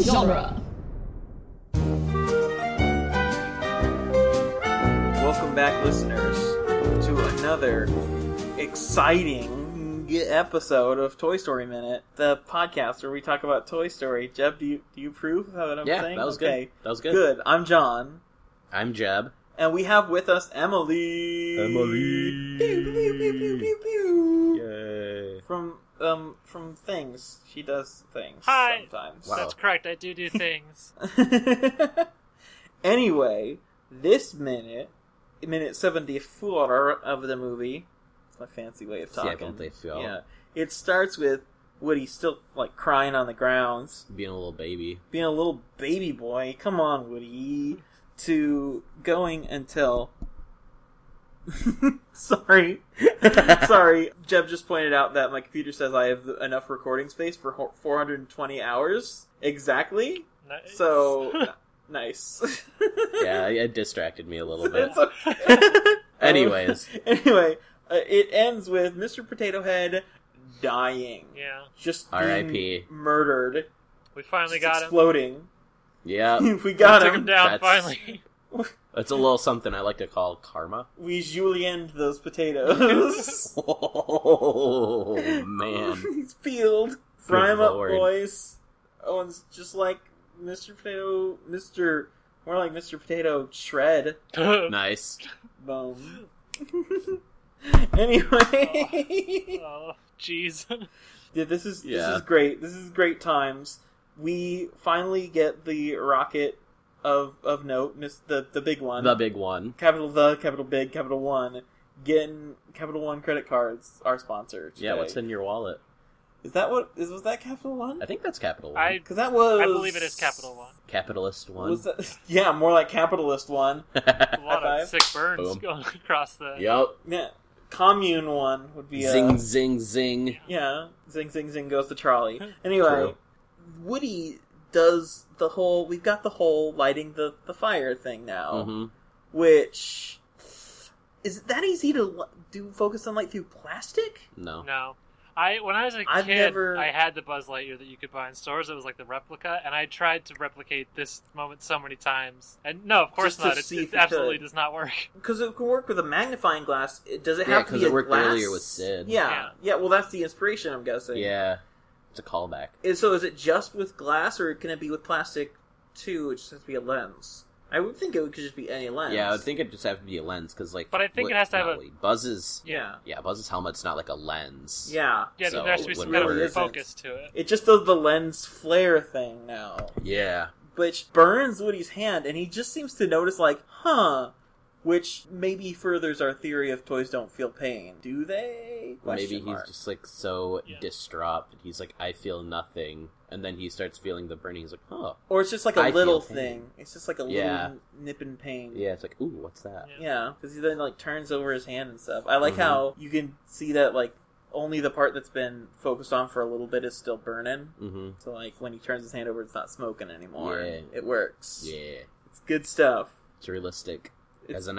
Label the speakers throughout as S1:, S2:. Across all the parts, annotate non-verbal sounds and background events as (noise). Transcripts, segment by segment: S1: genre.
S2: Welcome back, listeners, to another exciting episode of Toy Story Minute, the podcast where we talk about Toy Story. Jeb, do you do you approve of what I'm
S3: yeah,
S2: saying?
S3: that was
S2: okay.
S3: good. That was good.
S2: Good. I'm John,
S3: I'm Jeb.
S2: and we have with us Emily. Pew, pew, pew, pew, pew, pew.
S3: Yay.
S2: From um from things. She does things
S4: Hi.
S2: sometimes.
S3: Wow.
S4: That's correct. I do do
S2: (laughs)
S4: things.
S2: anyway, this minute, minute 74 of the movie, it's a fancy way of talking.
S3: 74.
S2: Yeah. It starts with Woody still, like, crying on the grounds,
S3: Being a little baby.
S2: being a little baby boy. Come on, Woody. To going until. (laughs) Sorry. (laughs) Sorry. Jeb just pointed out that my computer says I have enough recording space for ho- 420 hours exactly.
S4: Nice.
S2: So n- nice.
S3: Yeah, it distracted me a little
S2: (laughs)
S3: bit.
S2: It's
S4: (laughs)
S2: okay.
S3: Anyways.
S2: Um, anyway, uh, it ends with Mr. Potato Head dying,
S4: (laughs) yeah,
S2: just being
S3: R.I.P..
S2: murdered,
S4: we finally
S2: just
S4: got him.
S2: exploding. (laughs)
S3: Yeah,
S2: we got
S4: We
S2: him.
S4: took him down
S3: That's- (laughs)
S4: finally. (laughs)
S3: it's a little something I like to call karma.
S2: We julienned those
S4: (laughs)
S2: potatoes.
S3: Oh man,
S2: (laughs) he's peeled. Fry him up,
S3: Lord.
S2: boys. Owen's just like Mr. Potato, Mr. More like Mr. Potato Shred.
S3: nice.
S2: Boom. (laughs) anyway. (laughs)
S4: oh, jeez.
S2: Yeah, this is
S3: Yeah.
S2: this is great. This is great times. We finally get the rocket of of note, miss the the big one,
S3: The big one.
S2: capital the capital big capital one. Getting capital one credit cards, our sponsor.
S3: Yeah,
S2: today.
S3: what's in your wallet?
S2: Is that what is was that capital one?
S3: I think that's capital one.
S4: I uh,
S2: Because that was
S4: I believe it is Capital One.
S3: Capitalist one.
S2: Was that, (laughs) yeah, more like capitalist one. (laughs)
S4: A lot
S2: High five.
S4: of sick burns
S3: Boom.
S4: (laughs) going across the.
S3: (laughs) yup.
S2: Yeah, commune one would be a,
S3: Zing zing zing.
S2: Yeah, zing zing zing goes the trolley.
S3: True.
S2: Anyway, Woody does the whole. We've got the whole lighting the the fire thing now,
S3: hmm
S2: which is it that easy to li- do focus on light through plastic?
S3: No.
S4: No, I when I was a
S2: I've
S4: kid,
S2: never-
S4: I had the Buzz Lightyear that you could buy in stores. It was like the replica, and I tried to replicate this moment so many times, and no, of course
S2: Just to
S4: not. It,
S2: see if
S4: it
S2: you
S4: absolutely
S2: could.
S4: does not work. (laughs)
S2: Because it can work with a magnifying glass. It, does it
S3: Yeah,
S2: have to
S3: 'cause
S2: be
S3: it
S2: a
S3: worked
S2: glass?
S3: earlier with Sid.
S2: Yeah, yeah,
S4: Yeah.
S2: Well, that's the inspiration. I'm guessing.
S3: Yeah, it's a callback.
S2: And so, is it just with glass, or can it be with plastic too? It just has to be a lens. I would think it could just be any lens.
S3: Yeah, I would think it just have to be a lens because, like,
S4: But I think it has to have
S3: not
S4: a-
S3: really- Buzz's.
S2: Yeah.
S3: Yeah, Buzz's helmet's not like a lens.
S2: Yeah.
S4: Yeah,
S3: So
S4: there has to be
S3: it
S4: some
S3: wouldn't
S4: kind of
S2: work.
S4: focus to it.
S2: It just does the lens flare thing now,
S3: yeah,
S2: which burns Woody's hand, and he just seems to notice, like, huh, which maybe furthers our theory of toys don't feel pain. Do they?
S3: Or
S2: Question
S3: maybe he's
S2: mark.
S3: just like so
S4: Yeah.
S3: distraught that he's like, I feel nothing, and then he starts feeling the burning. He's like, oh,
S2: Or it's just like a
S3: I feel
S2: little
S3: pain.
S2: thing. It's just like a
S3: Yeah.
S2: little nip and pain.
S3: yeah. It's like, ooh, what's that?
S4: Yeah.
S2: Yeah, because he then like turns over his hand and stuff. I like
S3: Mhm.
S2: how you can see that like only the part that's been focused on for a little bit is still burning.
S3: Mm-hmm.
S2: So like when he turns his hand over, it's not smoking anymore.
S3: Yeah.
S2: It works.
S3: Yeah,
S2: It's good stuff.
S3: it's realistic.
S2: It's-
S3: As a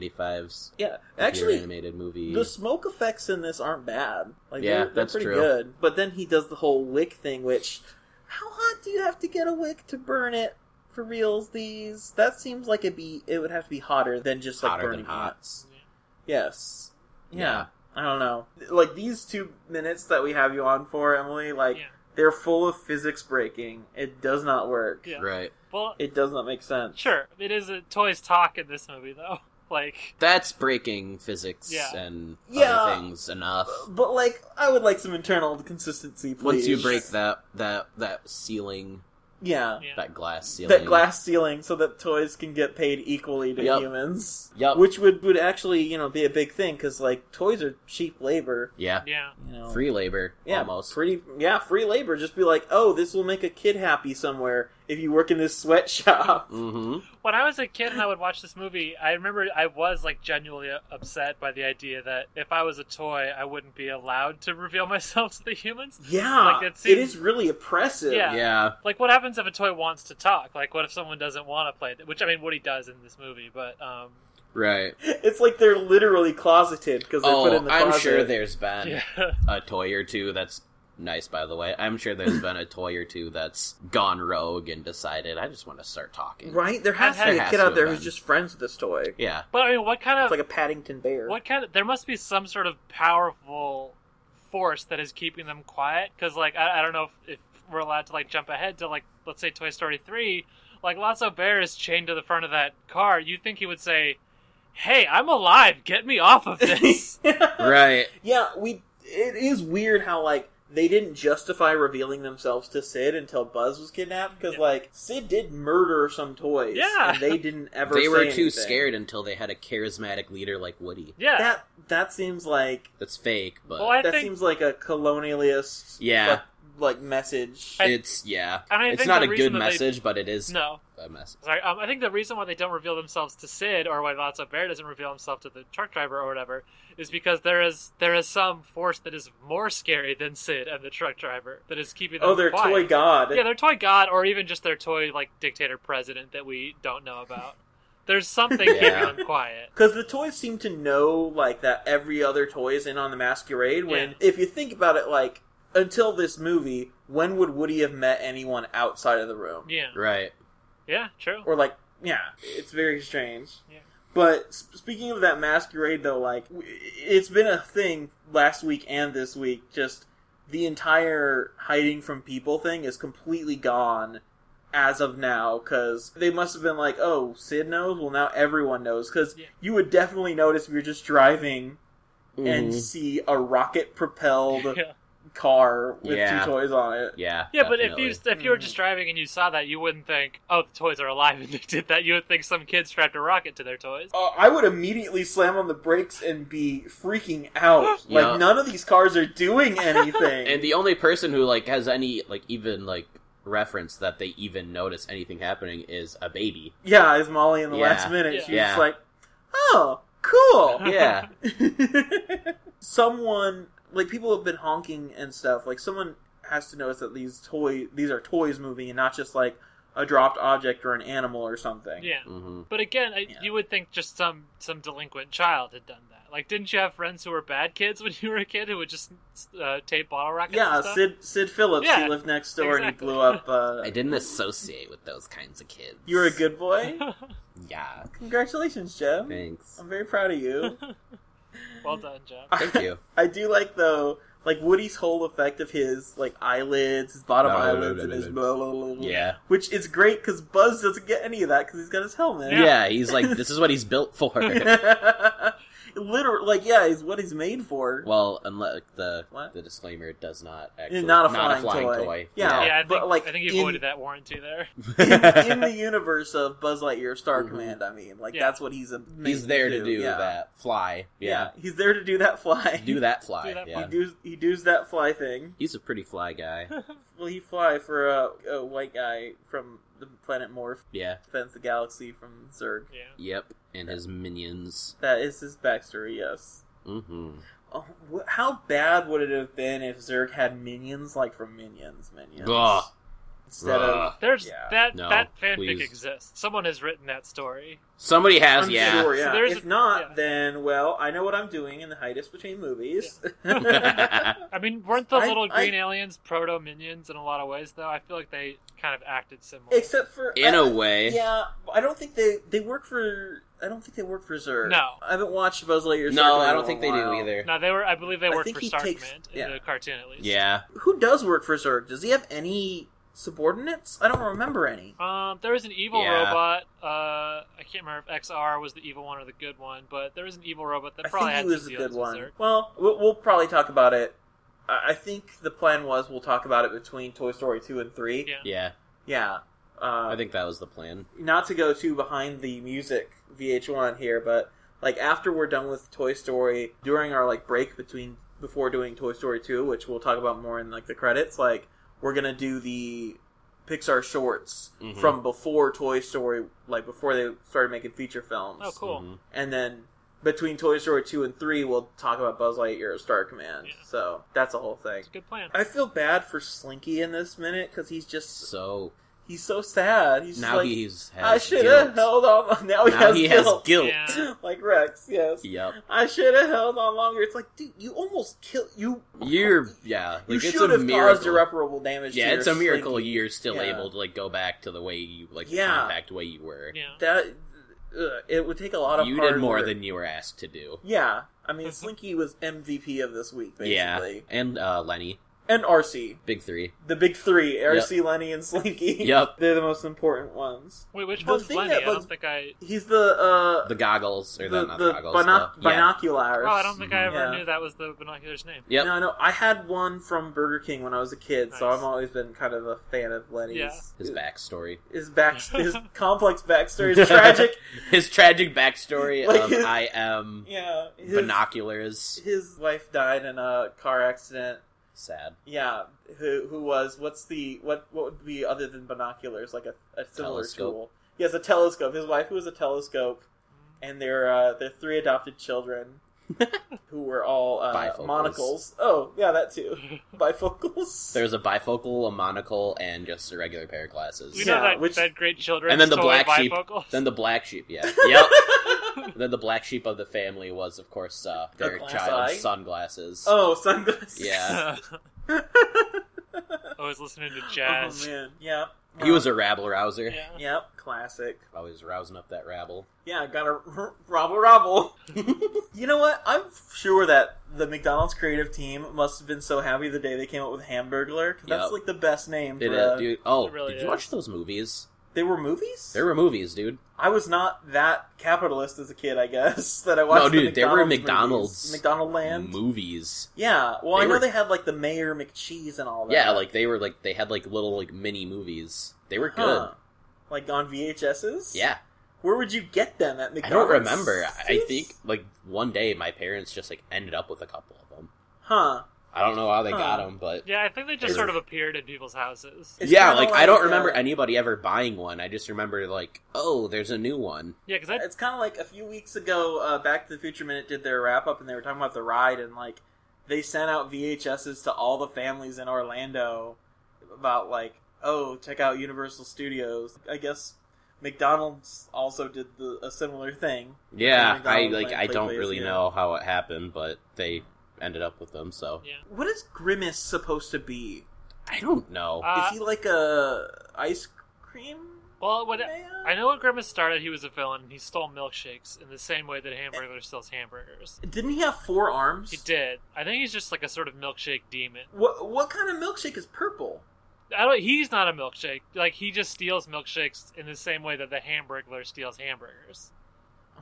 S3: 1995s
S2: Yeah,
S3: computer
S2: actually,
S3: animated movie.
S2: The smoke effects in this aren't bad. Like,
S3: Yeah,
S2: they're, they're
S3: that's
S2: pretty
S3: true.
S2: good. But then he does the whole wick thing, which how hot do you have to get a wick to burn it for reals? These that seems like it be it would have to be hotter than just like
S3: Hotter than
S2: burning
S3: hot.
S2: ants. Yes. Yeah.
S3: Yeah.
S2: I don't know. Like these two minutes that we have you on for, Emily, like
S4: Yeah.
S2: they're full of physics breaking. It does not work.
S4: Yeah.
S3: Right.
S4: Well,
S2: It does not make sense.
S4: sure, it is a toys talk in this movie though. (laughs) Like,
S3: That's breaking physics
S4: Yeah.
S3: and
S2: Yeah.
S3: other things enough.
S2: But like, I would like some internal consistency, please.
S3: Once you break that that that ceiling,
S2: yeah,
S4: yeah.
S3: that glass ceiling,
S2: that glass ceiling so that toys can get paid equally to
S3: Yep.
S2: humans.
S3: Yep.
S2: Which would, would actually, you know, be a big thing because like toys are cheap labor.
S3: Yeah,
S4: yeah.
S2: You know,
S3: free labor
S2: yeah,
S3: almost.
S2: Free, yeah, free labor. Just be like, oh, this will make a kid happy somewhere if you work in this
S3: (laughs)
S2: sweatshop.
S3: Mm-hmm.
S4: When I was a kid and I would watch this movie, I remember I was like genuinely upset by the idea that if I was a toy, I wouldn't be allowed to reveal (laughs) myself to the humans.
S2: Yeah,
S4: Like, that
S2: it
S4: seems-
S2: is really oppressive.
S4: Yeah.
S3: Yeah,
S4: Like, what happens if a toy wants to talk? Like, what if someone doesn't want to play? th- Which I mean, Woody does in this movie, but um,
S3: right.
S2: (laughs) It's like they're literally closeted because they're put in
S3: Oh,
S2: the closet.
S4: (laughs)
S3: I'm sure there's been
S4: yeah,
S3: a toy or two that's nice, by the way. I'm sure there's been a toy or two that's gone rogue and decided, I just want to start talking.
S2: Right? There has to be
S3: There
S2: a
S3: has
S2: kid
S3: to
S2: out there
S3: have
S2: who's
S3: been.
S2: just friends with this toy. (laughs)
S3: Yeah.
S4: But I mean, what kind
S2: It's
S4: of
S2: like a Paddington bear.
S4: what kind of there must be some sort of powerful force that is keeping them quiet because like I, I don't know if, if we're allowed to like jump ahead to like let's say toy story 3 like Lotso bear is chained to the front of that car you think he would say hey i'm alive get me off of
S2: (laughs)
S4: this
S3: Right.
S2: yeah, we. It is weird how like they didn't justify revealing themselves to Sid until Buzz was kidnapped because
S4: Yeah.
S2: like Sid did murder some toys.
S4: Yeah.
S2: and they
S3: (laughs)
S2: didn't ever.
S3: They were
S2: say
S3: too
S2: anything.
S3: scared until they had a charismatic leader like Woody.
S4: yeah
S2: That that seems like
S3: That's fake, but
S4: well i
S2: that
S4: think
S2: seems like a colonialist.
S3: Yeah.
S2: fu- like message.
S4: I-
S3: it's yeah.
S4: and I
S3: it's
S4: think
S3: not
S4: the
S3: a
S4: reason
S3: good
S4: that they-
S3: message, but it is
S4: no
S3: a message.
S4: Sorry, um, I think the reason why they don't reveal themselves to Sid or why Lotso Bear doesn't reveal himself to the truck driver or whatever is because there is there is some force that is more scary than Sid and the truck driver that is keeping them
S2: oh, they're
S4: quiet.
S2: toy god.
S4: Yeah, their toy god or even just their toy like dictator president that we don't know about. There's something
S3: Yeah.
S4: keeping them quiet.
S2: Because the toys seem to know, like, that every other toy is in on the masquerade. When,
S4: Yeah.
S2: if you think about it, like, until this movie, when would Woody have met anyone outside of the room?
S4: Yeah.
S3: Right.
S4: Yeah, true.
S2: Or, like, yeah, it's very strange.
S4: Yeah.
S2: But s- speaking of that masquerade, though, like, w- it's been a thing last week and this week. Just the entire hiding from people thing is completely gone as of now because they must have been like, oh, Sid knows? Well, now everyone knows. Because
S4: Yeah.
S2: you would definitely notice if you're just driving and
S3: Mhm.
S2: see a rocket propelled
S4: (laughs) Yeah.
S2: car with
S3: Yeah.
S2: two toys on it.
S3: Yeah.
S4: Yeah, but if
S3: definitely.
S4: you if you were just driving and you saw that, you wouldn't think, "Oh, the toys are alive," (laughs) and they did that. You would think some kid strapped a rocket to their toys.
S2: Uh, I would immediately slam on the brakes and be freaking out.
S3: Yeah.
S2: Like none of these cars are doing anything.
S3: And the only person who like has any like even like reference that they even notice anything happening is a
S4: (laughs)
S3: baby.
S2: yeah, is Molly in the
S3: Yeah.
S2: last minute? She's
S3: Yeah.
S2: just like, oh,
S3: (laughs)
S2: cool.
S3: Yeah.
S2: (laughs) someone like people have been honking and stuff. Like someone has to notice that these toy these are toys moving and not just like a dropped object or an animal or something.
S4: Yeah.
S3: hmm
S4: But again, I,
S2: Yeah.
S4: you would think just some some delinquent child had done that. Like, didn't you have friends who were bad kids when (laughs) you were a kid who would just uh, tape bottle rockets?
S2: Yeah,
S4: and stuff?
S2: Sid Sid Phillips.
S4: Yeah,
S2: he lived next door and he
S4: exactly.
S2: blew up. Uh,
S3: (laughs) I didn't associate with those kinds of kids.
S2: you're a good boy.
S3: Yeah.
S2: Congratulations, Jeff. (laughs)
S3: Thanks.
S2: I'm very proud of you.
S4: well done, John.
S3: Thank you.
S2: I do like though, like Woody's whole effect of his like eyelids, his bottom eyelids, and his blah, blah, blah, blah.
S3: Yeah.
S2: which is great because Buzz doesn't get any of that because he's got his helmet.
S3: yeah. he's like this is what he's built
S2: (laughs)
S3: for. (laughs)
S2: Literally, like yeah, is what he's made for.
S3: well, unless the
S2: What?
S3: the disclaimer it does not actually
S2: not a flying toy. Yeah.
S4: Yeah, I think
S2: but, like,
S4: I think you
S2: in-
S4: avoided that warranty there. (laughs)
S2: in, (laughs) (laughs)
S3: (laughs)
S2: in the universe of Buzz Lightyear Star
S3: Mhm.
S2: Command, I mean, like
S4: Yeah.
S2: that's what he's a,
S3: He's there to do
S2: yeah.
S3: that fly.
S2: Yeah.
S3: Yeah.
S2: he's there to do that fly.
S3: Do that fly.
S4: Do that
S3: yeah.
S2: (laughs) He does he does that fly thing.
S3: He's a pretty fly guy.
S2: Will he fly for a, a white guy from the planet Morph?
S3: Yeah.
S2: defends the galaxy from Zerg.
S4: Yeah.
S3: Yep. And his minions.
S2: That is his backstory, yes.
S3: hmm
S2: Oh, wh- how bad would it have been if Zerg had minions like from Minions? Minions
S3: Ugh.
S2: instead of
S4: There's
S2: Yeah.
S4: that
S3: No,
S4: that fanfic
S3: please.
S4: exists. Someone has written that story.
S3: Somebody has.
S2: I'm
S3: yeah.
S2: sure,
S4: So there's
S2: if
S4: a-
S2: not,
S4: yeah.
S2: then well, I know what I'm doing in the hiatus between movies.
S4: I mean, weren't the
S2: I-
S4: little
S2: I-
S4: green aliens proto minions in a lot of ways? Though I feel like they kind of acted similar.
S2: (laughs) Except for
S3: (laughs) In
S2: I-
S3: a way.
S2: (laughs) yeah, I don't think they they work for. I don't think they work for Zerg.
S4: No.
S2: I haven't watched Buzz Lightyear.
S3: No,
S2: Zerg in
S3: I
S2: a
S3: don't think they do
S2: while.
S3: either.
S4: no, they were. I believe they
S2: I
S4: worked
S2: think
S4: for
S2: he
S4: Starkman
S2: takes- yeah.
S4: in the cartoon at least.
S3: Yeah.
S2: Who does work for Zerg? Does he have any subordinates? I don't remember any.
S4: Um, there was an evil
S3: Yeah.
S4: robot. Uh, I can't remember if XR was the evil one or the good one, but there was an evil robot that
S2: I
S4: probably
S2: think he
S4: had
S2: was
S4: some
S2: a
S4: dealings
S2: good one.
S4: with Zerg.
S2: Well, we'll we'll probably talk about it. I I think the plan was we'll talk about it between Toy Story two and three.
S4: Yeah.
S3: Yeah.
S2: Yeah. Uh,
S3: I think that was the plan.
S2: not to go too behind the music VH1 here, but like after we're done with Toy Story, during our like break between before doing Toy Story two, which we'll talk about more in like the credits, like we're gonna do the Pixar shorts
S3: Mhm.
S2: from before Toy Story, like before they started making feature films
S4: Oh, cool.
S3: Mhm.
S2: and then between Toy Story 2 and 3, we'll talk about Buzz Lightyear or Star Command.
S4: Yeah.
S2: So that's a whole thing.
S4: It's a good plan.
S2: I feel bad for Slinky in this minute because he's just
S3: So
S2: He's so sad. He's just
S3: now
S2: like,
S3: he's has
S2: I should
S3: guilt.
S2: have held on. (laughs) Now he
S3: now
S2: has
S3: he has
S2: guilt.
S3: guilt.
S4: Yeah.
S2: (laughs) like Rex, yes.
S3: Yep.
S2: I should have held on longer. It's like, dude, you almost killed. You
S3: You're yeah. Like,
S2: you
S3: it's
S2: should
S3: a
S2: have
S3: miracle.
S2: caused irreparable damage. to
S3: yeah,
S2: your
S3: it's a miracle
S2: sleeping-
S3: you're still
S2: yeah.
S3: able to like go back to the way you like
S2: Yeah.
S3: compact way you were.
S4: Yeah.
S2: That ugh, it would take a lot of.
S3: You
S2: hard
S3: did more
S2: work.
S3: than you were asked to do.
S2: Yeah, I mean, Slinky was MVP of this week, basically,
S3: Yeah, and uh, Lenny,
S2: and RC,
S3: big three.
S2: the big three: RC, Lenny, and Slinky.
S3: Yep,
S2: (laughs) they're the most important ones.
S4: Wait, which
S2: The
S4: one's
S2: thing
S4: Lenny?
S2: that
S4: I don't
S2: bugs-
S4: think I.
S2: He's the uh
S3: the goggles or
S2: the,
S3: the, not
S2: the
S3: goggles.
S2: binoc-
S3: the, yeah.
S2: binoculars.
S4: Oh, I don't think I ever
S2: Yeah.
S4: knew that was the binoculars name.
S3: Yep.
S2: No, no, I had one from Burger King when I was a kid, so
S4: Nice.
S2: I've always been kind of a fan of Lenny's.
S4: Yeah.
S3: His backstory. (laughs)
S2: His back,
S4: (laughs)
S2: his complex backstory is tragic.
S3: His tragic backstory
S2: Like
S3: of
S2: his-
S3: I am
S2: Yeah, (laughs) his,
S3: binoculars.
S2: his wife died in a car accident.
S3: Sad.
S2: Yeah, who who was? What's the what? What would be other than binoculars? Like a, a similar
S3: Telescope.
S2: tool. He has a telescope. His wife was a telescope, and their uh, their three adopted
S3: (laughs)
S2: children, who were all uh,
S3: Bifocals.
S2: monocles. Oh yeah, that too. Bifocals.
S3: There's a bifocal, a monocle, and just a regular pair of glasses.
S4: You know
S2: Yeah,
S4: that,
S2: which-
S4: that great children
S3: And then the
S4: toy
S3: black sheep.
S4: bifocal?
S3: Then the black sheep.
S4: (laughs)
S3: Yeah. Yep. then the black sheep of the family was, of course, uh, their
S2: A glass
S3: child's
S2: eye?
S3: sunglasses.
S2: oh, sunglasses.
S3: Yeah.
S4: Always listening to
S2: (laughs) Oh
S4: jazz.
S2: man. Yeah.
S3: He was a rabble rouser.
S4: yeah.
S2: Yep. Classic.
S3: Always rousing up that rabble.
S2: Yeah, I gotta robble
S3: (laughs)
S2: robble. you know what? I'm sure that the McDonald's creative team must have been so happy the day they came up with Hamburglar. 'cause
S3: Yep.
S2: that's like the best name. For,
S3: It,
S2: a-
S3: uh, dude, oh,
S4: It really
S3: did
S4: is.
S3: you watch those movies?
S2: They were movies.
S3: There were movies, dude.
S2: I was not that capitalist as a kid, I guess. (laughs) That I watched.
S3: No, dude,
S2: the
S3: they were
S2: McDonald's. movies. McDonald Land.
S3: Movies.
S2: yeah. Well,
S3: They
S2: I know
S3: were-
S2: they had like the Mayor McCheese and all that.
S3: Yeah, like they were like they had like little like mini movies. They were good.
S2: Huh. Like on VHSs.
S3: Yeah,
S2: Where would you get them at
S3: I
S2: McDonald's?
S3: don't remember. I- I think like one day my parents just like ended up with a couple of them.
S2: Huh.
S3: I don't know how they
S2: Huh.
S3: got 'em, got them, but
S4: Yeah, I think they just
S3: Sure.
S4: sort of appeared in people's houses.
S2: It's
S3: yeah,
S2: kinda
S3: like, I don't
S2: uh,
S3: remember anybody ever buying one. I just remember like, oh, there's a new one.
S4: Yeah, because that
S2: (laughs) It's kind of like a few weeks ago, uh, Back to the Future Minute did their wrap up, and they were talking about the ride, and like they sent out VHSs to all the families in Orlando about like, oh, check out Universal Studios. I guess McDonald's also did the, a similar thing.
S3: Yeah,
S2: And
S3: I
S2: McDonald's
S3: like
S2: and
S3: I don't
S2: Playboys,
S3: really
S2: yeah.
S3: know how it happened, but they ended up with them. So
S4: Yeah.
S2: What is Grimace supposed to be?
S3: I don't know.
S4: uh,
S2: is he like a ice cream
S4: well, when
S2: man?
S4: I know when Grimace started, he was a villain. and He stole milkshakes in the same way that Hamburger steals hamburgers.
S2: Didn't he have four arms?
S4: He did. I think he's just like a sort of milkshake demon.
S2: What what kind of milkshake is purple?
S4: I don't. He's not a milkshake. Like he just steals milkshakes in the same way that the Hamburglar steals hamburgers.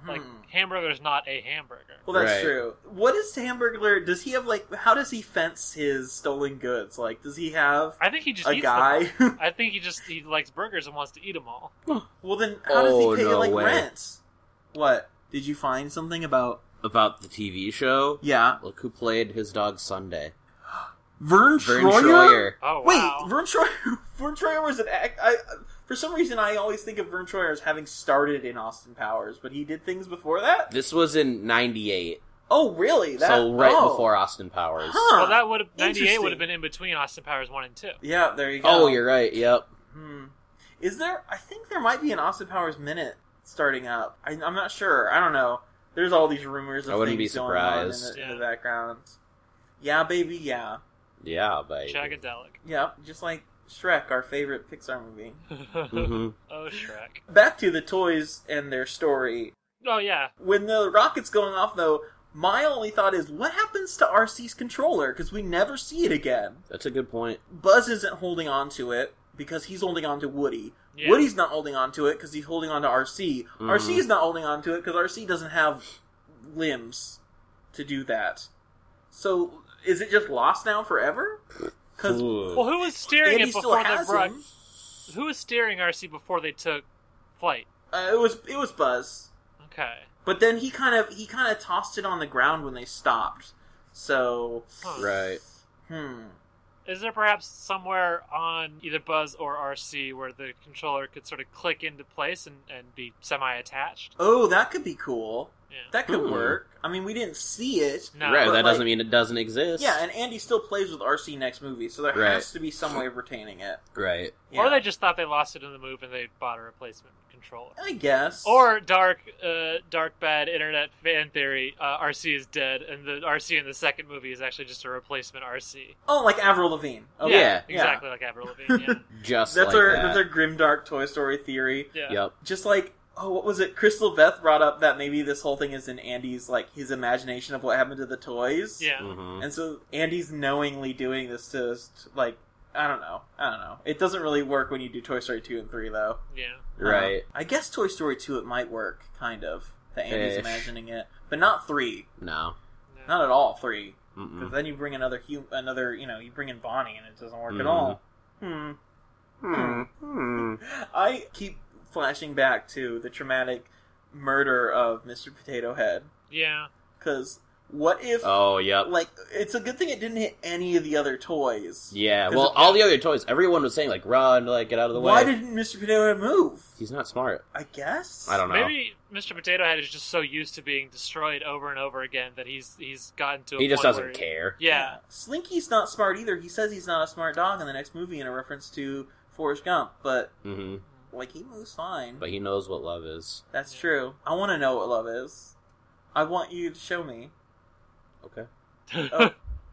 S4: Like
S2: Hmm.
S4: Hamburglar's not a hamburger.
S2: Well, that's
S3: Right.
S2: true. What is Hamburglar? Does he have like? How does he fence his stolen goods? Like, does he have
S4: I think he just
S2: a
S4: eats
S2: guy?
S4: Them. I think he just he likes burgers and wants to eat them all.
S2: (laughs) well, then how does
S3: Oh,
S2: he pay
S3: no
S2: like
S3: way.
S2: rent? What did you find something about?
S3: About the TV show,
S2: Yeah,
S3: look who played his dog Sunday.
S2: Vern,
S3: Vern
S2: Troyer.
S3: Troyer.
S4: Oh
S2: Wait,
S4: wow!
S2: Vern Troyer. (laughs) Vern Troyer was an act. I, for some reason, I always think of Vern Troyer as having started in Austin Powers, but he did things before that.
S3: This was in '98,
S2: Oh, really? That,
S3: so right
S2: oh.
S3: before Austin Powers.
S2: Huh.
S4: well, that would have ninety eight
S2: Interesting.
S4: would have been in between Austin Powers one and two.
S2: Yeah, there you go.
S3: Oh, you're right. Yep.
S2: Hmm. Is there? I think there might be an Austin Powers minute starting up. I, I'm not sure. I don't know. There's all these rumors. Of
S3: I wouldn't
S2: things
S3: be
S2: Going on in,
S3: surprised.
S2: the, in the
S4: Yeah.
S2: background. Yeah, baby. Yeah,
S3: Yeah, but
S4: Shagadelic.
S2: yeah. Just like Shrek, our favorite Pixar movie. Mm-hmm.
S3: hmm
S4: (laughs) oh Shrek.
S2: Back to the toys and their story.
S4: Oh yeah.
S2: When the rocket's going off, though, my only thought is, what happens to RC's controller? Because we never see it again.
S3: That's a good
S2: (laughs)
S3: point.
S2: Buzz isn't holding on to it because he's holding on to Woody.
S4: yeah.
S2: Woody's not holding on to it because he's holding on to RC.
S3: Mhm.
S2: RC is not holding on to it because RC doesn't have limbs to do that. So is it just lost now forever? Because
S3: Ooh.
S4: Well, who was steering
S2: Andy
S4: it
S2: still
S4: before they
S2: has
S4: brought?
S2: him.
S4: Who was steering RC before they took flight?
S2: Uh, it was it was Buzz,
S4: Okay.
S2: but then he kind of he kind of tossed it on the ground when they stopped. So
S4: Huh.
S3: right.
S2: hmm,
S4: Is there perhaps somewhere on either Buzz or RC where the controller could sort of click into place and, and be semi attached?
S2: oh that could be cool.
S4: Yeah.
S2: That could
S3: Hmm.
S2: work. I mean, we didn't see it.
S4: No.
S3: right,
S2: but,
S3: that
S2: like-
S3: doesn't mean it doesn't exist.
S2: Yeah, and Andy still plays with RC next movie, so there
S3: Right.
S2: has to be some way of retaining it.
S3: right.
S2: Yeah.
S4: Or they just thought they lost it in the move and they bought a replacement controller.
S2: I guess.
S4: Or dark, uh, dark bad internet fan theory. Uh, RC is dead, and the RC in the second movie is actually just a replacement RC.
S2: oh, like Avril Lavigne. Okay.
S3: Oh, Yeah.
S4: exactly like Avril Lavigne.
S3: (laughs)
S4: Yeah.
S3: Just
S2: That's
S3: like
S2: our
S3: that.
S2: that's our grimdark Toy Story theory.
S4: yeah.
S3: Yep.
S2: Just like oh, what was it? Crystal Beth brought up that maybe this whole thing is in Andy's like his imagination of what happened to the toys.
S4: Yeah.
S3: hmm
S2: And so Andy's knowingly doing this to us, t- like I don't know, I don't know. It doesn't really work when you do Toy Story two and three though.
S4: Yeah.
S3: Right.
S2: Uh, I guess Toy Story two it might work kind of that Andy's
S3: Ish.
S2: imagining it, but not three,
S3: No.
S4: Yeah.
S2: not at all three. Because
S3: Mm-mm.
S2: then you bring another hu- another you know you bring in Bonnie and it doesn't work
S3: Mm.
S2: at all. Hmm. I keep flashing back to the traumatic murder of Mr. Potato Head.
S4: Yeah.
S2: Because what if,
S3: Oh, yep.
S2: like, it's a good thing it didn't hit any of the other toys.
S3: Yeah.
S2: 'Cause
S3: Well,
S2: it-
S3: all the other toys, everyone was saying like, "Run, like, get out of the
S2: Why
S3: way."
S2: didn't Mr. Potato Head move?
S3: He's not smart.
S2: I guess.
S3: I don't know.
S4: Maybe Mr. Potato Head is just so used to being destroyed over and over again that he's he's gotten to a
S3: he just
S4: point
S3: doesn't
S4: where he-
S3: care.
S4: Yeah.
S2: Slinky's not smart either. He says he's not a smart dog in the next movie in a reference to Forrest Gump, but,
S3: hmm
S2: like, he moves fine.
S3: But he knows what love is.
S2: That's true. I want to know what love is. I want you to show me.
S4: (laughs)
S3: Okay.
S2: Oh,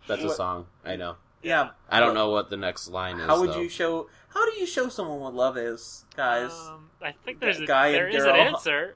S3: That's
S2: What-
S3: a song. I know.
S2: yeah.
S3: I don't know what the next line is.
S2: How would
S3: though.
S2: you show? How do you show someone what love is, guys?
S4: Um, I think there's a,
S2: Guy and
S4: there is an
S2: girl.
S4: answer.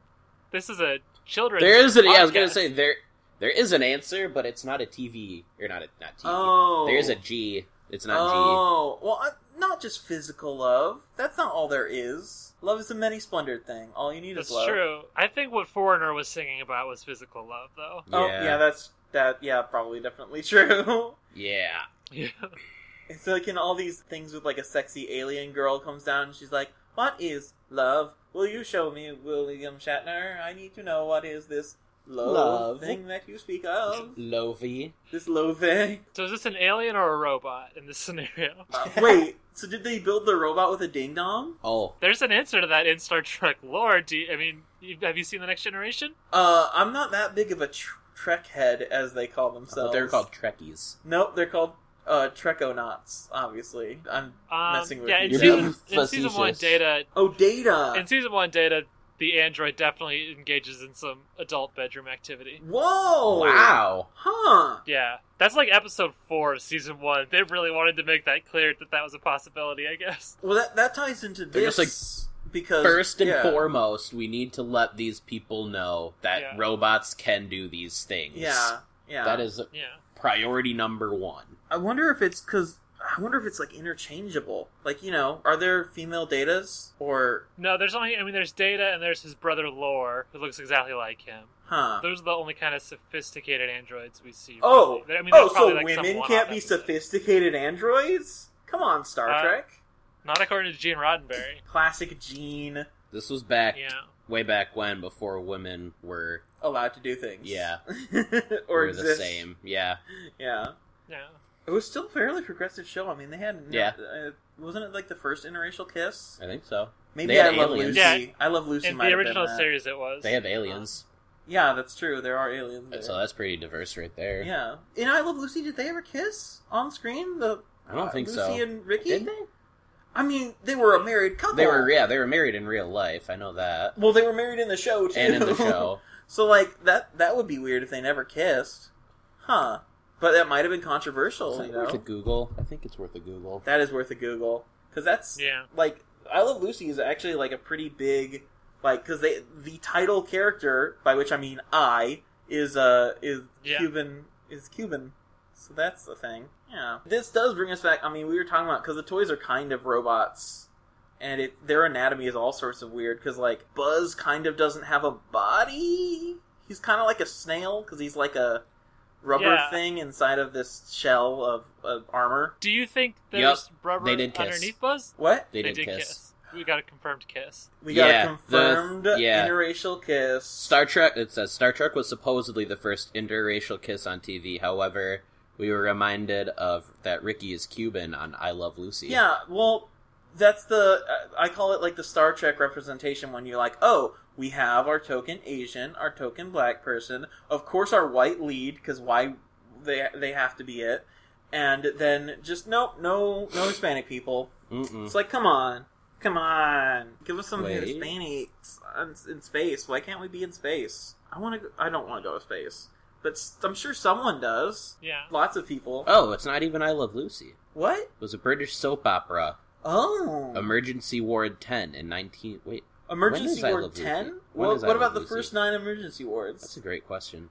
S4: This is a children's.
S3: There is an. Yeah, I was gonna
S4: podcast.
S3: say there. There is an answer, but it's not a TV. Or not a not TV.
S2: oh,
S3: There is a G. It's not
S2: oh, well, I- not just physical love. That's not all there is. Love is a many splendored thing. All you need
S4: That's
S2: is love.
S4: true. I think what Foreigner was singing about was physical love, though.
S3: G.
S2: Oh, yeah. that's that. Yeah, probably, definitely (laughs) true.
S3: yeah.
S4: Yeah.
S2: it's like in all these things with like a sexy alien girl comes down and she's like, "What is love? Will you show me, William Shatner? I need to know what is this." Love,
S3: Love.
S2: thing that you speak
S3: (laughs)
S2: of
S3: Lovey.
S2: this love thing
S4: So is this an alien or a robot in this (laughs) scenario?
S2: Uh, (laughs) wait, so did they build the robot with a ding dong?
S3: Oh.
S4: There's an answer to that in Star Trek lore. Do you, I mean, you, have you seen the Next Generation?
S2: Uh, I'm not that big of a tr- trek head as they call
S3: I thought
S2: themselves.
S3: they were called Trekkies.
S2: Nope, they're called uh, Trekonauts. Obviously, I'm
S4: Um,
S2: Messing with
S4: yeah,
S2: you.
S4: in
S2: You're
S4: season,
S3: being
S4: in season one,
S3: facetious.
S4: Data
S2: oh Data.
S4: in season one, Data the android definitely engages in some adult bedroom activity.
S2: Whoa!
S3: Wow.
S2: Huh?
S4: Yeah, that's like episode four of season one. They really wanted to make that clear that that was a possibility. I guess. (laughs)
S2: Well, that that ties into
S3: They're
S2: this
S3: just,
S2: because
S3: First and
S2: yeah.
S3: foremost, we need to let these people know that
S4: Yeah.
S3: robots can do these things.
S2: Yeah, yeah.
S3: That is
S4: Yeah.
S3: priority number one.
S2: I wonder if it's because I wonder if it's like interchangeable. Like you know, are there female Datas or
S4: No, there's only. I mean, there's Data and there's his brother Lore, who looks exactly like him.
S2: huh?
S4: Those are the only kind of sophisticated androids we see.
S2: Oh,
S4: really. I mean,
S2: oh,
S4: there's probably,
S2: so
S4: like, some
S2: women
S4: one-off
S2: can't be
S4: episode.
S2: sophisticated androids? Come on, Star
S4: Uh,
S2: Trek.
S4: Not according to Gene Roddenberry.
S2: Classic Gene
S3: This was back
S4: Yeah.
S3: way back when before women were
S2: allowed to do things.
S3: Yeah.
S2: (laughs) or
S3: were the
S2: exist.
S3: same. Yeah.
S2: Yeah.
S4: Yeah.
S2: It was still a fairly progressive show. I mean, they had
S3: Yeah.
S2: Uh, wasn't it like the first interracial kiss?
S3: I think so.
S2: Maybe
S3: They had
S2: I love
S3: aliens.
S4: Yeah.
S2: Lucy. I love Lucy.
S4: In
S2: might
S4: the
S2: have been uh,
S4: original
S2: that.
S4: series, it was.
S3: They have aliens.
S2: Yeah, that's true. There are aliens. There.
S3: So that's pretty diverse right there.
S2: yeah. In I Love Lucy, did they ever kiss on screen? The
S3: I don't
S2: uh,
S3: think
S2: Lucy
S3: so.
S2: and Ricky.
S3: Did they?
S2: I mean, they were a married couple.
S3: They were yeah, they were married in real life. I know that.
S2: Well, they were married in the show too.
S3: And in
S2: (laughs)
S3: the show.
S2: So like that that would be weird if they never kissed. Huh. But that might have been
S3: Is
S2: controversial,
S3: that
S2: you
S3: worth a
S2: know.
S3: Google? I think it's worth a Google.
S2: That is worth a Google cuz that's
S4: Yeah.
S2: like I Love Lucy is actually like a pretty big like cuz they the title character by which I mean I is uh is
S4: Yeah.
S2: Cuban is Cuban. So that's the thing. Yeah. This does bring us back. I mean, we were talking about cuz the toys are kind of robots and it their anatomy is all sorts of weird because like Buzz kind of doesn't have a body. He's kind of like a snail because he's like a rubber
S4: Yeah.
S2: thing inside of this shell of, of armor.
S4: Do you think
S3: Yep.
S4: there's rubber
S3: They did kiss.
S4: underneath Buzz?
S2: What
S3: They, did, kiss.
S4: We got a confirmed kiss.
S2: we got
S3: Yeah,
S2: a
S3: the-
S2: confirmed
S3: yeah.
S2: interracial kiss.
S3: Star Trek it says Star Trek was supposedly the first interracial kiss on TV. However, we were reminded of that Ricky is Cuban on I Love Lucy.
S2: uh, Yeah, well, that's the I- I call it like the Star Trek representation when you're like, oh, we have our token Asian, our token black person, of course our white lead because why they they have to be it, and then just nope, no no Hispanic people.
S3: Mm-mm.
S2: It's like come on, come on, give us some
S3: Wait.
S2: Hispanics on- in space. Why can't we be in space? I want to. I don't want to go to space, but s- I'm sure someone does.
S4: Yeah.
S2: Lots of people.
S3: Oh, it's not even I Love Lucy.
S2: what?
S3: It was a British soap opera,
S2: Oh,
S3: Emergency Ward 10 in 19. Wait,
S2: emergency
S3: when is I
S2: ward
S3: Love Lucy?
S2: ten.
S3: When
S2: What,
S3: is I
S2: what
S3: Love
S2: about the
S3: Lucy?
S2: first nine emergency
S3: that's
S2: wards?
S3: a great question.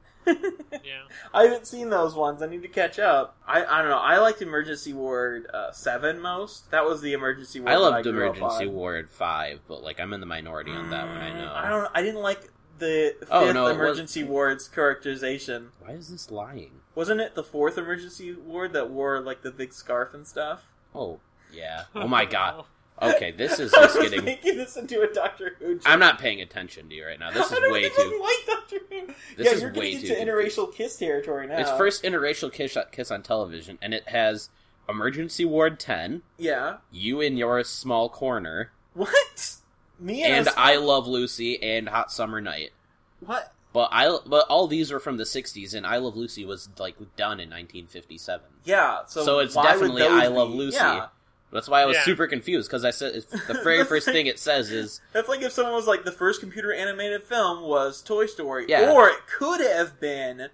S4: Yeah.
S2: I haven't seen those ones. I need to catch up. I, I don't know. I liked Emergency Ward uh, Seven most. That was the Emergency Ward.
S3: I
S2: that
S3: loved
S2: grew up
S3: Emergency
S2: on. Mm,
S3: Ward 5, but like I'm in the minority on that one, I know.
S2: I don't. I didn't like the fifth
S3: Oh, no, it was-
S2: Emergency Ward's characterization.
S3: Why is this lying?
S2: Wasn't it the fourth Emergency Ward that wore like the big scarf and stuff?
S3: Oh, yeah. (laughs) Oh
S4: (laughs)
S3: my god. Okay, this is
S2: (laughs)
S3: just
S2: I was
S3: getting
S2: making this into a Doctor Who. joke.
S3: I'm not paying attention to you right now. This
S2: (laughs) I
S3: is
S2: don't
S3: way
S2: even
S3: too
S2: like Doctor Who.
S3: This
S2: yeah,
S3: is
S2: you're
S3: way
S2: getting
S3: too
S2: into interracial kiss territory now.
S3: It's first interracial kiss kiss on television and it has Emergency Ward 10,
S2: Yeah. (laughs)
S3: You in Your Small Corner,
S2: What? Me
S3: and
S2: and, I.
S3: I Love Lucy and Hot Summer Night.
S2: What?
S3: But I but all these were from the 60s and I Love Lucy was like done in 1957.
S2: Yeah. So,
S3: So it's
S2: why would
S3: definitely
S2: those
S3: I Love
S2: be-
S3: Lucy.
S2: Yeah.
S3: That's why I was
S4: Yeah.
S3: super confused because I said it's- the very first thing it says is
S2: That's like if someone was like, the first computer animated film was Toy Story.
S3: Yeah.
S2: Or it could have been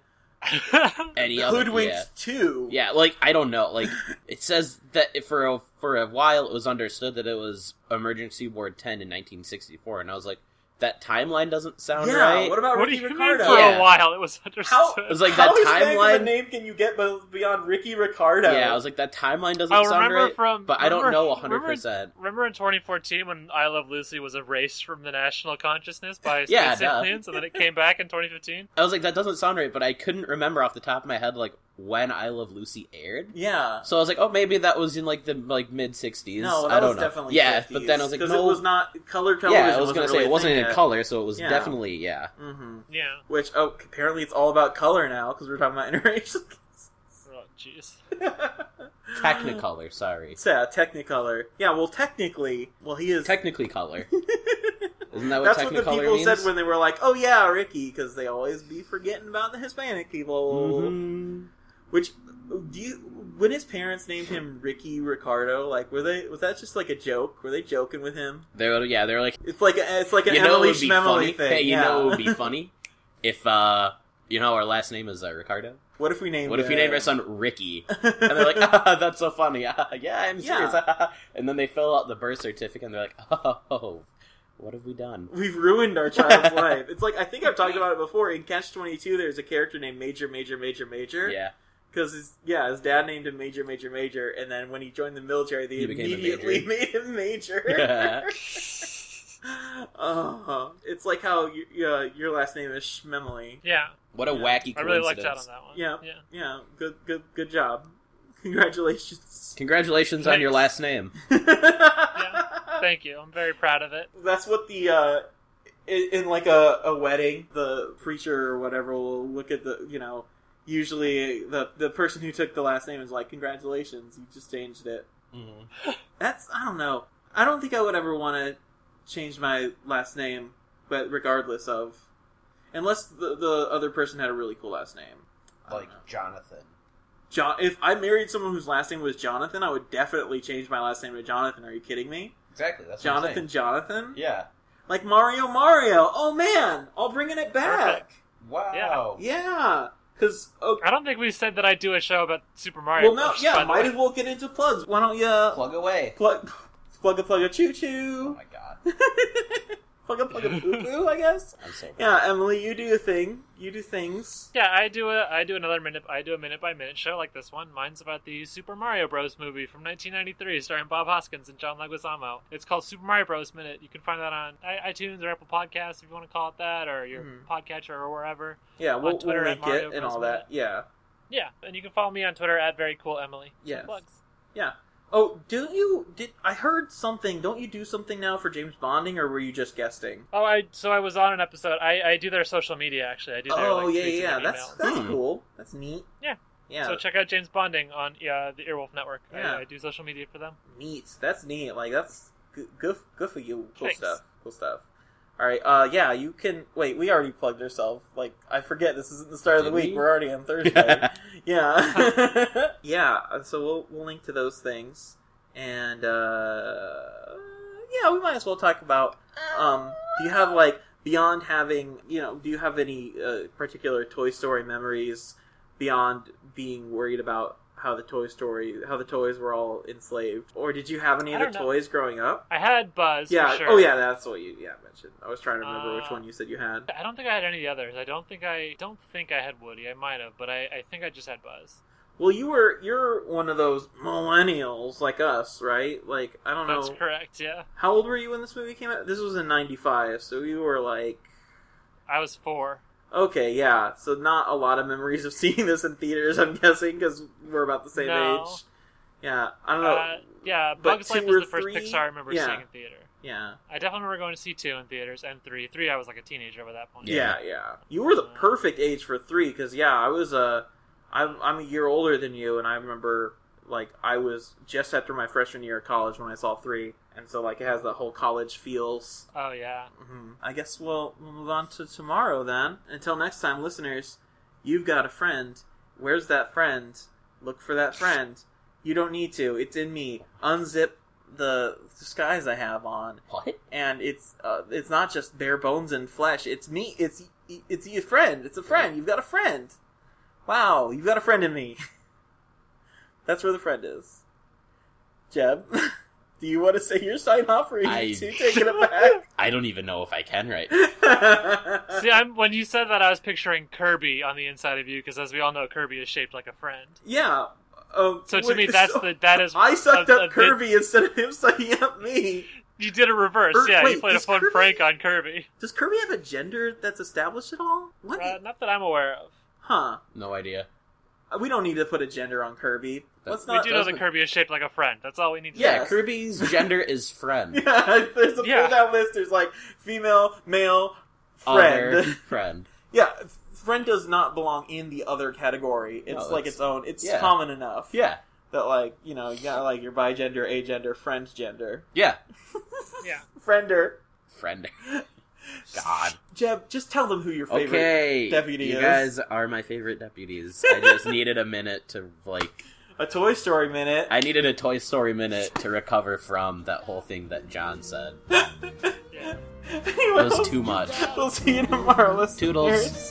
S2: (laughs)
S3: any other.
S2: Hoodwinks
S3: Yeah.
S2: 2.
S3: Yeah, like I don't know. Like it says that if for a, for a while it was understood that it was Emergency Ward 10 in 1964, and I was like, that timeline doesn't sound
S2: Yeah,
S3: right.
S2: What about
S4: what do
S2: Ricky
S4: you
S2: Ricardo?
S4: mean for
S3: Yeah.
S4: a while? It was understood.
S2: How-
S3: it was like that
S2: How Hispanic of a
S3: timeline.
S2: name can you get bo- beyond Ricky Ricardo?
S3: Yeah, I was like that timeline doesn't
S4: I
S3: sound
S4: remember
S3: right.
S4: from,
S3: But I don't
S4: remember-
S3: know 100.
S4: Remember,
S3: percent
S4: remember in 2014 when I Love Lucy was erased from the national consciousness by
S3: (laughs) Yeah,
S4: space
S3: duh.
S4: aliens, and then it came back in 2015.
S3: I was like that doesn't sound right, but I couldn't remember off the top of my head like when I Love Lucy aired.
S2: yeah.
S3: So I was like, oh, maybe that was in like the like mid 60s.
S2: No, that
S3: I don't
S2: was
S3: know.
S2: definitely
S3: yeah,
S2: 50s,
S3: but then I was like,
S2: 'cause
S3: no,
S2: it was not color television.
S3: yeah, I was
S2: going
S3: gonna
S2: to
S3: say it wasn't in color, so it was
S2: Yeah.
S3: definitely yeah.
S2: hmm
S4: Yeah.
S2: Which oh, apparently it's all about color now because we're talking about (laughs) interracial.
S4: Oh, jeez.
S3: (laughs) Technicolor, sorry.
S2: It's, Yeah, Technicolor. Yeah, well, technically, well, he is.
S3: Technically
S4: (laughs)
S3: color. Isn't that what
S2: That's what the
S3: technicolor
S2: people
S3: means?
S2: said when they were like, "Oh yeah, Ricky," because they always be forgetting about the Hispanic
S4: Mm-hmm.
S2: people.
S3: Mhm.
S2: Which do you? When his parents named him Ricky Ricardo, like were they? Was that just like a joke? Were they joking with him?
S3: They were yeah, they were like
S2: It's like a, it's like an
S3: you know it
S2: Emily
S3: would be
S2: Schmemily
S3: funny.
S2: thing.
S3: Hey, you
S2: yeah.
S3: know it would be funny if uh you know our last name is uh, Ricardo.
S2: (laughs) what if we named?
S3: What if we
S2: uh,
S3: named
S2: (laughs)
S3: our son Ricky? And they're like, ah, that's so funny. (laughs) Ah, yeah, I'm serious. (laughs) and then they fill out the birth certificate and they're like, (laughs) oh, what have we done?
S2: We've ruined our
S3: (laughs)
S2: child's life. It's like I think I've talked about it before. In Catch Twenty Two, there's a character named Major Major Major Major.
S3: Yeah,
S2: Because his yeah, his dad named him Major Major Major, and then when he joined the military, they
S3: He became a
S2: immediately
S3: major.
S2: made him (laughs)
S3: (laughs)
S2: Major. uh, it's like how you, yeah, your last name is Schmemely.
S4: Yeah.
S3: what a
S2: Yeah.
S3: wacky coincidence.
S4: I really lucked out on that one.
S2: Yeah.
S4: Yeah.
S2: Yeah, good good good job. Congratulations.
S3: Congratulations on your last name.
S4: Thank you. I'm very proud of it.
S2: (laughs) That's what the uh, in, in like a, a wedding, the preacher or whatever will look at the you know. Usually, the the person who took the last name is like, "Congratulations, you just changed it."
S4: Mm-hmm.
S2: That's I don't know. I don't think I would ever want to change my last name, but regardless of, unless the the other person had a really cool last name, I don't know.
S3: Jonathan.
S2: John. If I married someone whose last name was Jonathan, I would definitely change my last name to Jonathan. Are you kidding me?
S3: Exactly. That's
S2: Jonathan, Jonathan,
S3: Yeah.
S2: like Mario, Mario. Oh man, all bringing it back.
S4: Wow.
S2: Yeah, because okay.
S4: I don't think we said that I do a show about Super Mario.
S2: Well, no,
S4: Bros., by
S2: yeah.
S4: the
S2: Might
S4: way.
S2: as well get into plugs. Why don't you
S3: Plug away.
S2: plug (laughs) plug a plug a choo choo?
S3: Oh my god.
S2: (laughs) plug a plug a poo poo, I guess.
S3: I'm (laughs) so
S2: Yeah, Emily, you do a thing. You do things.
S4: Yeah, I do a I do another minute I do a minute by minute show like this one. Mine's about the Super Mario Bros. movie from 1993, starring Bob Hoskins and John Leguizamo. It's called Super Mario Bros. Minute. You can find that on i- iTunes or Apple Podcasts if you want to call it that, or your
S2: Mhm.
S3: Mm-hmm.
S4: podcatcher or wherever.
S2: Yeah, we'll, we'll
S4: Twitter at
S2: link
S4: Mario
S2: it and all
S4: Bros.
S2: that. Yeah,
S4: Yeah, and you can follow me on Twitter at very cool Emily.
S2: Yes.
S4: Plugs.
S2: yeah. Oh, do you did I heard something? Don't you do something now for James Bonding, or were you just guesting?
S4: Oh, I so I was on an episode. I, I do their social media actually. I do. Their,
S2: Oh
S4: like,
S2: yeah,
S4: tweets and
S2: yeah.
S4: their
S2: That's
S4: emails.
S2: that's
S3: Hmm.
S2: cool. That's neat.
S4: Yeah.
S2: yeah.
S4: So check out James Bonding on uh, the Earwolf Network.
S2: Yeah.
S4: I, I do social media for them.
S2: neat. That's neat. Like that's good. Good, good for you. Cool
S4: Thanks.
S2: stuff. Cool stuff. All right. Uh, yeah, you can. Wait, we already plugged ourselves. Like, I forget this isn't the start of the
S3: Did
S2: week.
S3: we?
S2: We're already on
S3: (laughs)
S2: Thursday. yeah.
S4: (laughs)
S2: (laughs) yeah. uh, So we'll we'll link to those things, and uh, yeah, we might as well talk about. Um, do you have like beyond having you know? Do you have any uh, particular Toy Story memories beyond being worried about? How the Toy Story, how the toys were all enslaved, or did you have any
S4: I
S2: other
S4: don't know.
S2: toys growing up?
S4: I had Buzz. for
S2: Yeah.
S4: sure.
S2: Oh, yeah. That's what you yeah mentioned. I was trying to remember which
S4: Uh,
S2: one you said you had.
S4: I don't think I had any others. I don't think I don't think I had Woody. I might have, but I, I think I just had Buzz.
S2: Well, you were you're one of those millennials like us, right? Like I don't
S4: That's
S2: know
S4: correct. Yeah,
S2: how old were you when this movie came out. This was in '95, so you were like
S4: I was four.
S2: okay, yeah. So not a lot of memories of (laughs) seeing this in theaters. I'm guessing because we're about the same
S4: No.
S2: age. Yeah, I don't know.
S4: Uh, yeah,
S2: Oh. but
S4: Bugs
S2: two
S4: Life
S2: or
S4: was the first
S2: three?
S4: Pixar I remember
S2: Yeah.
S4: seeing in theater.
S2: yeah.
S4: I definitely remember going to see two in theaters and three. Three, I was like a teenager by that point.
S2: Yeah,
S3: Yeah.
S2: yeah. You were the
S4: Uh,
S2: perfect age for three because yeah, I was uh, I'm I'm a year older than you, and I remember like I was just after my freshman year of college when I saw three, and so like it has that whole college feels.
S4: Oh yeah.
S2: Mhm. I guess we'll, we'll move on to tomorrow then. Until next time, listeners, you've got a friend. Where's that friend? Look for that friend. You don't need to. It's in me. Unzip the disguise I have on
S3: What?
S2: and it's uh, it's not just bare bones and flesh. It's me. It's it's your friend. It's a friend. You've got a friend. Wow, you've got a friend in me. (laughs) That's where the friend is. Jeb, (laughs) do you want to say your sign off, or are you
S3: I-
S2: two taking it
S3: (laughs)
S2: back?
S3: I don't even know if I can right.
S4: See, I'm, when you said that, I was picturing Kirby on the inside of you because, as we all know, Kirby is shaped like a friend.
S2: (laughs) yeah. Um,
S4: So to
S2: wait,
S4: me, that's
S2: so
S4: the that is.
S2: I sucked
S4: a-
S2: up
S4: a bit-
S2: Kirby instead of him (laughs) sucking up me.
S4: you did a reverse.
S2: Er,
S4: yeah,
S2: wait,
S4: you played a
S2: is
S4: fun
S2: Kirby-
S4: prank on Kirby.
S2: Does Kirby have a gender that's established at all? What?
S4: Uh, not that I'm aware of.
S2: huh.
S3: No idea.
S2: We don't need to put a gender on Kirby. Let's
S4: We
S2: not.
S4: do know that
S3: doesn't-
S4: Kirby is shaped like a friend. That's all we need to
S2: Yeah,
S4: know.
S3: Yeah, Kirby's gender is (laughs) friend.
S2: (laughs) Yeah, there's a
S4: Yeah.
S2: pull down list. There's like female, male, friend.
S3: Other friend.
S2: (laughs) Yeah, friend does not belong in the other category. It's like
S3: that's-
S2: its own. It's
S3: yeah.
S2: common enough.
S3: Yeah.
S2: That like you know you got like your bi gender, a gender, friend gender,
S3: Yeah.
S4: Yeah.
S2: friender.
S3: (laughs) Friend. God.
S2: Jeb, just tell them who your favorite.
S3: Okay.
S2: deputy
S3: you
S2: is.
S3: guys are my favorite deputies. I (laughs) just needed a minute to like
S2: A Toy Story minute.
S3: I needed a Toy Story minute to recover from that whole thing that John said.
S4: Yeah.
S2: (laughs) anyway,
S3: It was too much.
S2: We'll see you tomorrow. Listeners.
S3: Toodles.
S2: (laughs)